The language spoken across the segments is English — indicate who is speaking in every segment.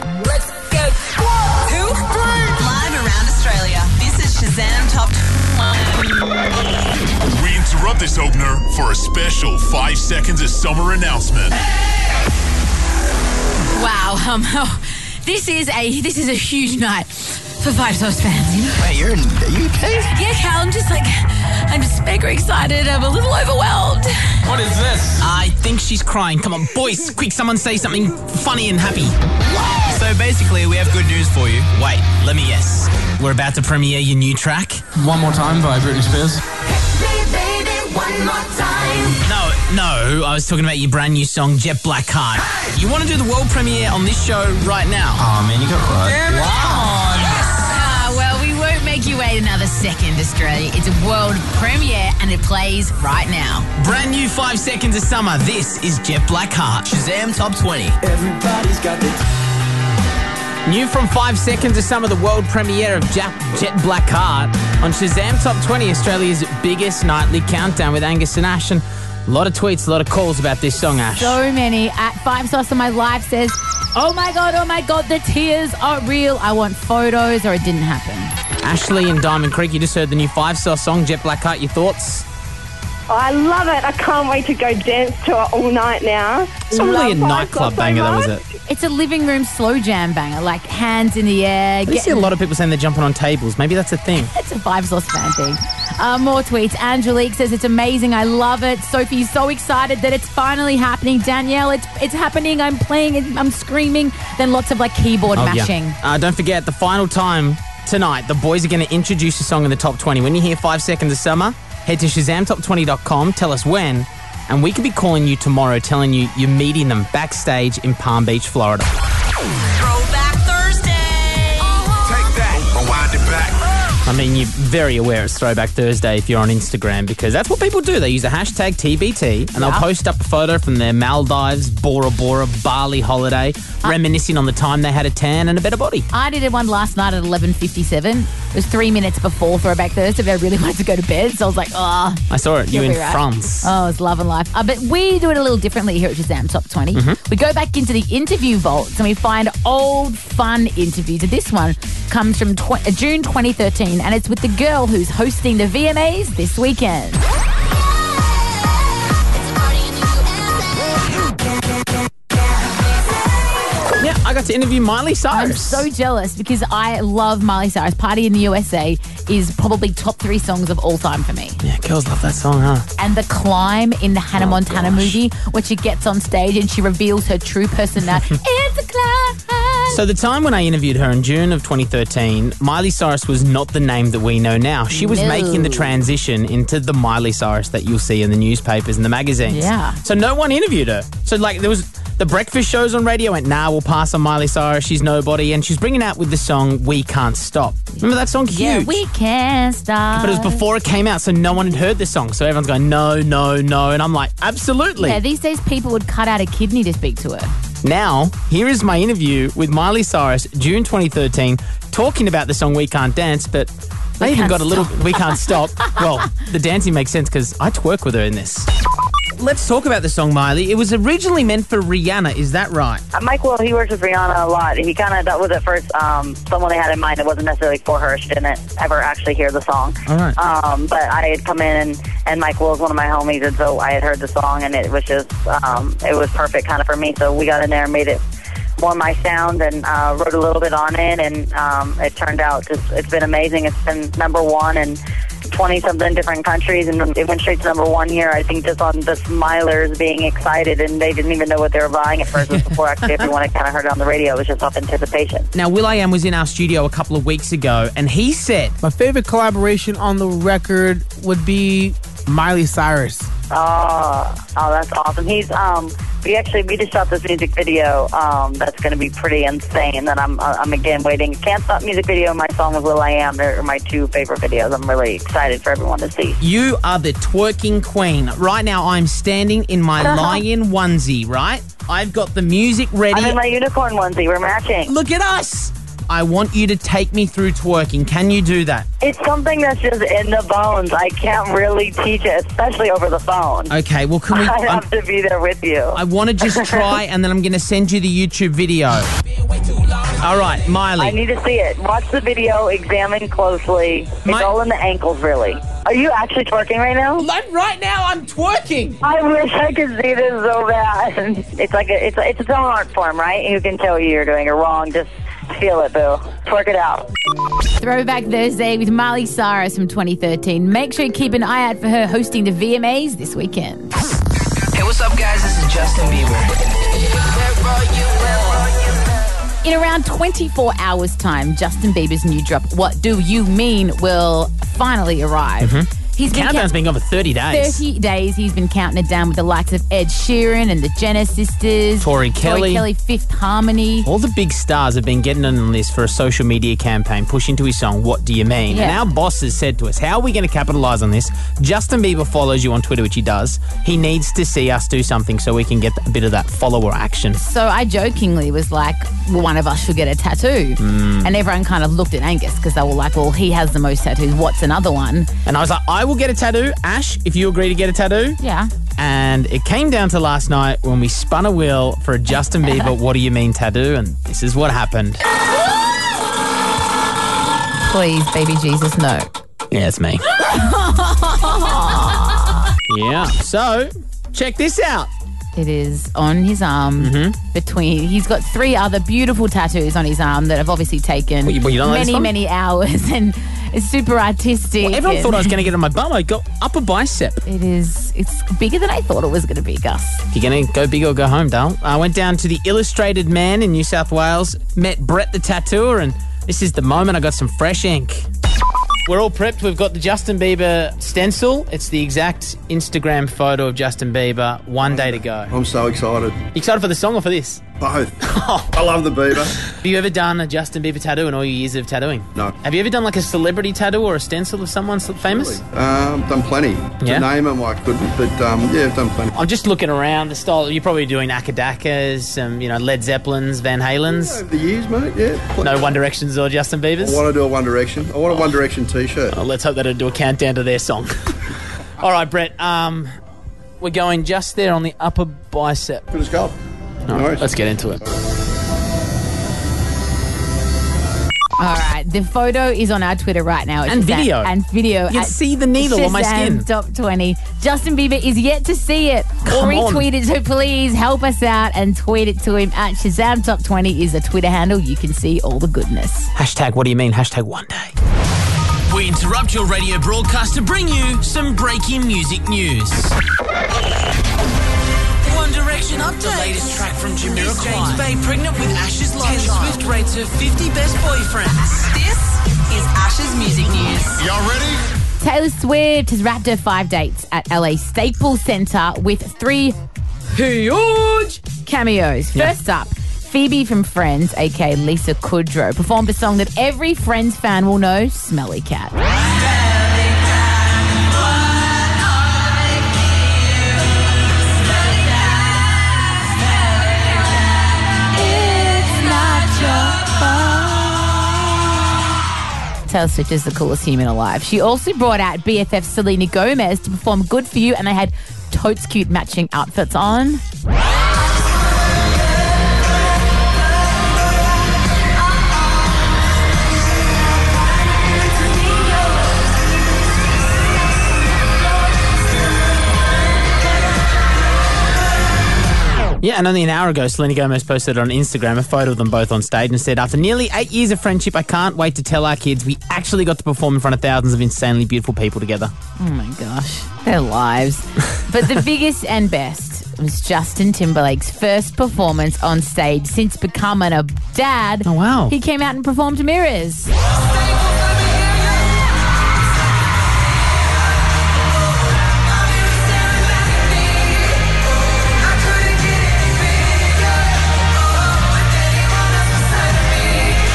Speaker 1: Let's go. One, two, three.
Speaker 2: Live around Australia, this is Shazam Top 20.
Speaker 3: We interrupt this opener for a special five seconds of summer announcement.
Speaker 4: Wow, um, oh, this is a this is a huge night for Five Sauce fans. You know?
Speaker 5: Wait, you're in the UK?
Speaker 4: Yeah, Cal, I'm just like I'm just mega excited. I'm a little overwhelmed.
Speaker 6: What is this?
Speaker 7: I think she's crying. Come on, boys, quick, someone say something funny and happy.
Speaker 5: So basically, we have good news for you.
Speaker 7: Wait, let me guess. We're about to premiere your new track.
Speaker 6: One more time by Britney Spears.
Speaker 7: No, no, I was talking about your brand new song, Jet Black Card. You want to do the world premiere on this show right now?
Speaker 5: Oh man, you got it right.
Speaker 4: Ah, well, we won't make you wait another second, Australia. It's a world premiere and it plays right now.
Speaker 7: Brand new Five Seconds of Summer. This is Jet Black Heart.
Speaker 5: Shazam Top 20.
Speaker 7: New from Five Seconds of Summer, the world premiere of Jap- Jet Black Heart on Shazam Top 20, Australia's biggest nightly countdown with Angus and Ash. And a lot of tweets, a lot of calls about this song, Ash.
Speaker 4: So many at Five Sauce of My Life says, Oh my god, oh my god, the tears are real. I want photos or it didn't happen.
Speaker 7: Ashley and Diamond Creek, you just heard the new Five Star song, Jet Black Heart. Your thoughts?
Speaker 8: I love it. I can't wait to go dance to it all night now.
Speaker 7: It's not really a
Speaker 8: Love Five
Speaker 7: nightclub
Speaker 8: Sauce so
Speaker 7: banger, though, is
Speaker 8: much.
Speaker 7: it?
Speaker 4: It's a living room slow jam banger, like hands in the air.
Speaker 7: You see a lot of people saying they're jumping on tables. Maybe that's a thing.
Speaker 4: It's a five sauce fan thing. Uh, more tweets. Angelique says it's amazing. I love it. Sophie's so excited that it's finally happening. Danielle, it's it's happening. I'm playing. it, I'm screaming. Then lots of like keyboard mashing.
Speaker 7: Uh, don't forget, the final time tonight, the boys are going to introduce a song in the top 20. When you hear Five Seconds of Summer, head to ShazamTop20.com, tell us when, and we could be calling you tomorrow telling you you're meeting them backstage in Palm Beach, Florida.
Speaker 2: Throwback Thursday.
Speaker 9: Take that, rewind it back.
Speaker 7: I mean, you're very aware it's Throwback Thursday if you're on Instagram because that's what people do. They use the hashtag TBT and they'll post up a photo from their Maldives, Bora Bora, Bali holiday,
Speaker 4: Ah.
Speaker 7: reminiscing on the time they had a tan and a better body.
Speaker 4: I did one last night at 11:57. It was three minutes before Throwback Thursday. But I really wanted to go to bed, so I was like, oh,
Speaker 7: I saw it. You
Speaker 4: You'll
Speaker 7: in
Speaker 4: be right.
Speaker 7: France.
Speaker 4: Oh, it's love and life. Uh, but we do it a little differently here at Shazam Top 20.
Speaker 7: Mm-hmm.
Speaker 4: We go back into the interview vaults and we find old, fun interviews. And this one comes from tw- uh, June 2013, and it's with the girl who's hosting the VMAs this weekend.
Speaker 7: Yeah, I got to interview Miley
Speaker 4: I'm
Speaker 7: Cyrus.
Speaker 4: so jealous because I love Miley Cyrus. Party in the USA is probably top three songs of all time for me.
Speaker 7: yeah, girls love that song, huh?
Speaker 4: And the climb in the Hannah Montana
Speaker 7: gosh.
Speaker 4: movie, when she gets on stage and she reveals her true personality. it's a climb.
Speaker 7: So the time when I interviewed her in June of 2013, Miley Cyrus was not the name that we know now. She was
Speaker 4: No.
Speaker 7: making the transition into the Miley Cyrus that you'll see in the newspapers and the magazines.
Speaker 4: Yeah.
Speaker 7: So no one interviewed her. So like there was the breakfast shows on radio went, nah, we'll pass on Miley Cyrus. She's nobody, and she's bringing out with the song "We Can't Stop." Remember that song? Huge.
Speaker 4: yeah, we can't stop.
Speaker 7: but it was before it came out, so no one had heard this song. So everyone's going, no, no, no. And I'm like, absolutely.
Speaker 4: Yeah, these days people would cut out a kidney to speak to her.
Speaker 7: Now, here is my interview with Miley Cyrus, June 2013, talking about the song We Can't Dance, but I even
Speaker 4: Can't
Speaker 7: got a little We Can't Stop. well, the dancing makes sense because I twerk with her in this. Let's talk about the song, Miley. It was originally meant for Rihanna, is that right?
Speaker 10: Uh, Mike Will, he works with Rihanna a lot. He kind of, that was at first um, someone they had in mind that wasn't necessarily for her. She didn't ever actually hear the song.
Speaker 7: All right.
Speaker 10: Um, but I had come in, and, and Mike Will's one of my homies, and so I had heard the song, and it was just, um, it was perfect kind of for me. So we got in there and made it more my sound and uh, wrote a little bit on it, and um, it turned out just, it's been amazing. It's been number one and 20 something different countries, and it went straight to number one here. I think just on the smilers being excited, and they didn't even know what they were buying at first. It was before actually everyone had kind of heard it on the radio. It was just off anticipation.
Speaker 7: Now, Will I Am was in our studio a couple of weeks ago, and he said,
Speaker 6: My favorite collaboration on the record would be Miley Cyrus.
Speaker 10: Oh, oh, that's awesome. He's um, we actually we just shot this music video um, that's going to be pretty insane. That I'm uh, I'm again waiting. Can't stop music video. and My song with Will I Am. They're my two favorite videos. I'm really excited for everyone to see.
Speaker 7: You are the twerking queen. Right now, I'm standing in my lion onesie, right? I've got the music ready.
Speaker 10: I'm in my unicorn onesie. We're matching.
Speaker 7: Look at us. I want you to take me through twerking. Can you do that?
Speaker 10: It's something that's just in the bones. I can't really teach it, especially over the phone.
Speaker 7: Okay, well, can we?
Speaker 10: I
Speaker 7: I'm-
Speaker 10: have to be there with you.
Speaker 7: I want to just try and then I'm going to send you the YouTube video. All right,
Speaker 10: I
Speaker 7: Miley.
Speaker 10: need to see it. Watch the video, examine closely. It's
Speaker 7: My-
Speaker 10: all in the ankles, really. Are you actually twerking right now?
Speaker 6: I'm right now. I'm twerking.
Speaker 10: I wish I could see this so bad. It's like a, it's it's its own art form, right? Who can tell you you're doing it wrong? Just feel it, boo. Twerk it out.
Speaker 4: Throwback Thursday with Miley Cyrus from 2013. Make sure you keep an eye out for her hosting the VMAs this weekend.
Speaker 2: Hey, what's up, guys? This is Justin Bieber.
Speaker 4: In around 24 hours' time, Justin Bieber's new drop, What Do You Mean, will finally arrive. He's been
Speaker 7: Mm-hmm. Countdown's
Speaker 4: count-
Speaker 7: been going for 30 days.
Speaker 4: 30 days he's been counting it down with the likes of Ed Sheeran and the Jenner sisters,
Speaker 7: Tori Kelly.
Speaker 4: Kelly Fifth Harmony.
Speaker 7: All the big stars have been getting in on this for a social media campaign, pushing to his song, What Do You Mean? And
Speaker 4: Yeah.
Speaker 7: our boss has said to us, How are we going to capitalize on this? Justin Bieber follows you on Twitter, which he does. He needs to see us do something so we can get a bit of that follower action.
Speaker 4: So I jokingly was like, well, one of us should get a tattoo.
Speaker 7: Mm.
Speaker 4: And everyone kind of looked at Angus because they were like, well, he has the most tattoos. What's another one?
Speaker 7: And I was like, I will get a tattoo. Ash, if you agree to get a tattoo.
Speaker 4: Yeah.
Speaker 7: And it came down to last night when we spun a wheel for a Justin Bieber What Do You Mean tattoo. And this is what happened.
Speaker 4: Please, baby Jesus, no.
Speaker 7: Yeah, it's me. yeah. So, check this out.
Speaker 4: It is on his arm.
Speaker 7: Mm-hmm.
Speaker 4: Between he's got three other beautiful tattoos on his arm that have obviously taken
Speaker 7: What, you- what, you don't like this
Speaker 4: many
Speaker 7: one?
Speaker 4: many hours and it's super artistic.
Speaker 7: Everyone
Speaker 4: and
Speaker 7: thought I was going to get it on my bum. I got upper bicep.
Speaker 4: it is. It's bigger than I thought it was going to be, Gus.
Speaker 7: You're going to go big or go home, Dale. I went down to the Illustrated Man in New South Wales, met Brett the tattooer, and this is the moment I got some fresh ink. We're all prepped. We've got the Justin Bieber stencil. It's the exact Instagram photo of Justin Bieber. One day to go. You
Speaker 11: I'm so excited.
Speaker 7: excited for the song or for this?
Speaker 11: Both. I love the Beaver.
Speaker 7: Have you ever done a Justin Bieber tattoo in all your years of tattooing?
Speaker 11: No.
Speaker 7: Have you ever done like a celebrity tattoo or a stencil of someone s- famous?
Speaker 11: Um, done plenty.
Speaker 7: Yeah?
Speaker 11: To name them, I couldn't, but um, yeah, I've done plenty.
Speaker 7: I'm just looking around the style. You're probably doing Akadakas, some you know Led Zeppelins, Van Halens,
Speaker 11: Over the years, mate, yeah. Pl-
Speaker 7: no One Directions or Justin
Speaker 11: I
Speaker 7: Bieber's.
Speaker 11: want to do a One Direction. I want a One Direction t shirt.
Speaker 7: Well, let's hope they don't do a countdown to their song. All right, Brett. Um, we're going just there on the upper bicep.
Speaker 11: Good as gold. No worries.
Speaker 7: Let's get into it.
Speaker 4: All right, the photo is on our Twitter right now. It's
Speaker 7: And video.
Speaker 4: and video.
Speaker 7: You can
Speaker 4: at
Speaker 7: see the needle on my skin.
Speaker 4: Shazam Top twenty. Justin Bieber is yet to see it.
Speaker 7: Come
Speaker 4: or
Speaker 7: on.
Speaker 4: retweet it. So please help us out and tweet it to him at Shazam Top Twenty is the Twitter handle. You can see all the goodness.
Speaker 7: Hashtag. What do you mean? Hashtag one day.
Speaker 5: We interrupt your radio broadcast to bring you some breaking music news. One Direction update. The latest track from Jamiroquai. James Bay pregnant with Ash's love Taylor Swift rates her 50 best boyfriends.
Speaker 2: This is Ash's Music News.
Speaker 3: Y'all ready?
Speaker 4: Taylor Swift has wrapped her five dates at LA Staples Center with three huge cameos. First up, Phoebe from Friends, aka Lisa Kudrow, performed a song that every Friends fan will know, Smelly Cat. Taylor Swift is the coolest human alive. She also brought out BFF Selena Gomez to perform Good For You, and they had totes cute matching outfits on.
Speaker 7: Yeah, and only an hour ago, Selena Gomez posted on Instagram a photo of them both on stage and said, After nearly eight years of friendship, I can't wait to tell our kids we actually got to perform in front of thousands of insanely beautiful people together.
Speaker 4: Oh my gosh, their lives. but the biggest and best was Justin Timberlake's first performance on stage since becoming a dad.
Speaker 7: Oh, wow.
Speaker 4: He came out and performed Mirrors.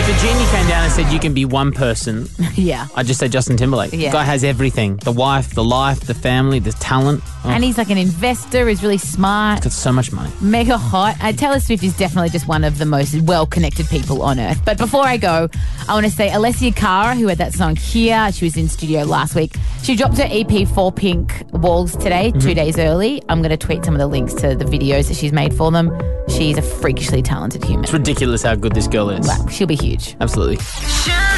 Speaker 7: If a genie came down and said you can be one person,
Speaker 4: yeah.
Speaker 7: I just say Justin Timberlake.
Speaker 4: Yeah.
Speaker 7: The guy has everything the wife, the life, the family, the talent. Oh,
Speaker 4: And he's like an investor, is really smart,
Speaker 7: got so much money.
Speaker 4: mega hot. Uh, Taylor Swift is definitely just one of the most well connected people on earth. But before I go, I want to say Alessia Cara, who had that song here, she was in studio last week. She dropped her EP for Pink Walls today, two
Speaker 7: Mhm.
Speaker 4: days early. I'm going to tweet some of the links to the videos that she's made for them. She's a freakishly talented human.
Speaker 7: It's ridiculous how good this girl is.
Speaker 4: She'll be huge.
Speaker 7: Absolutely.
Speaker 1: Sure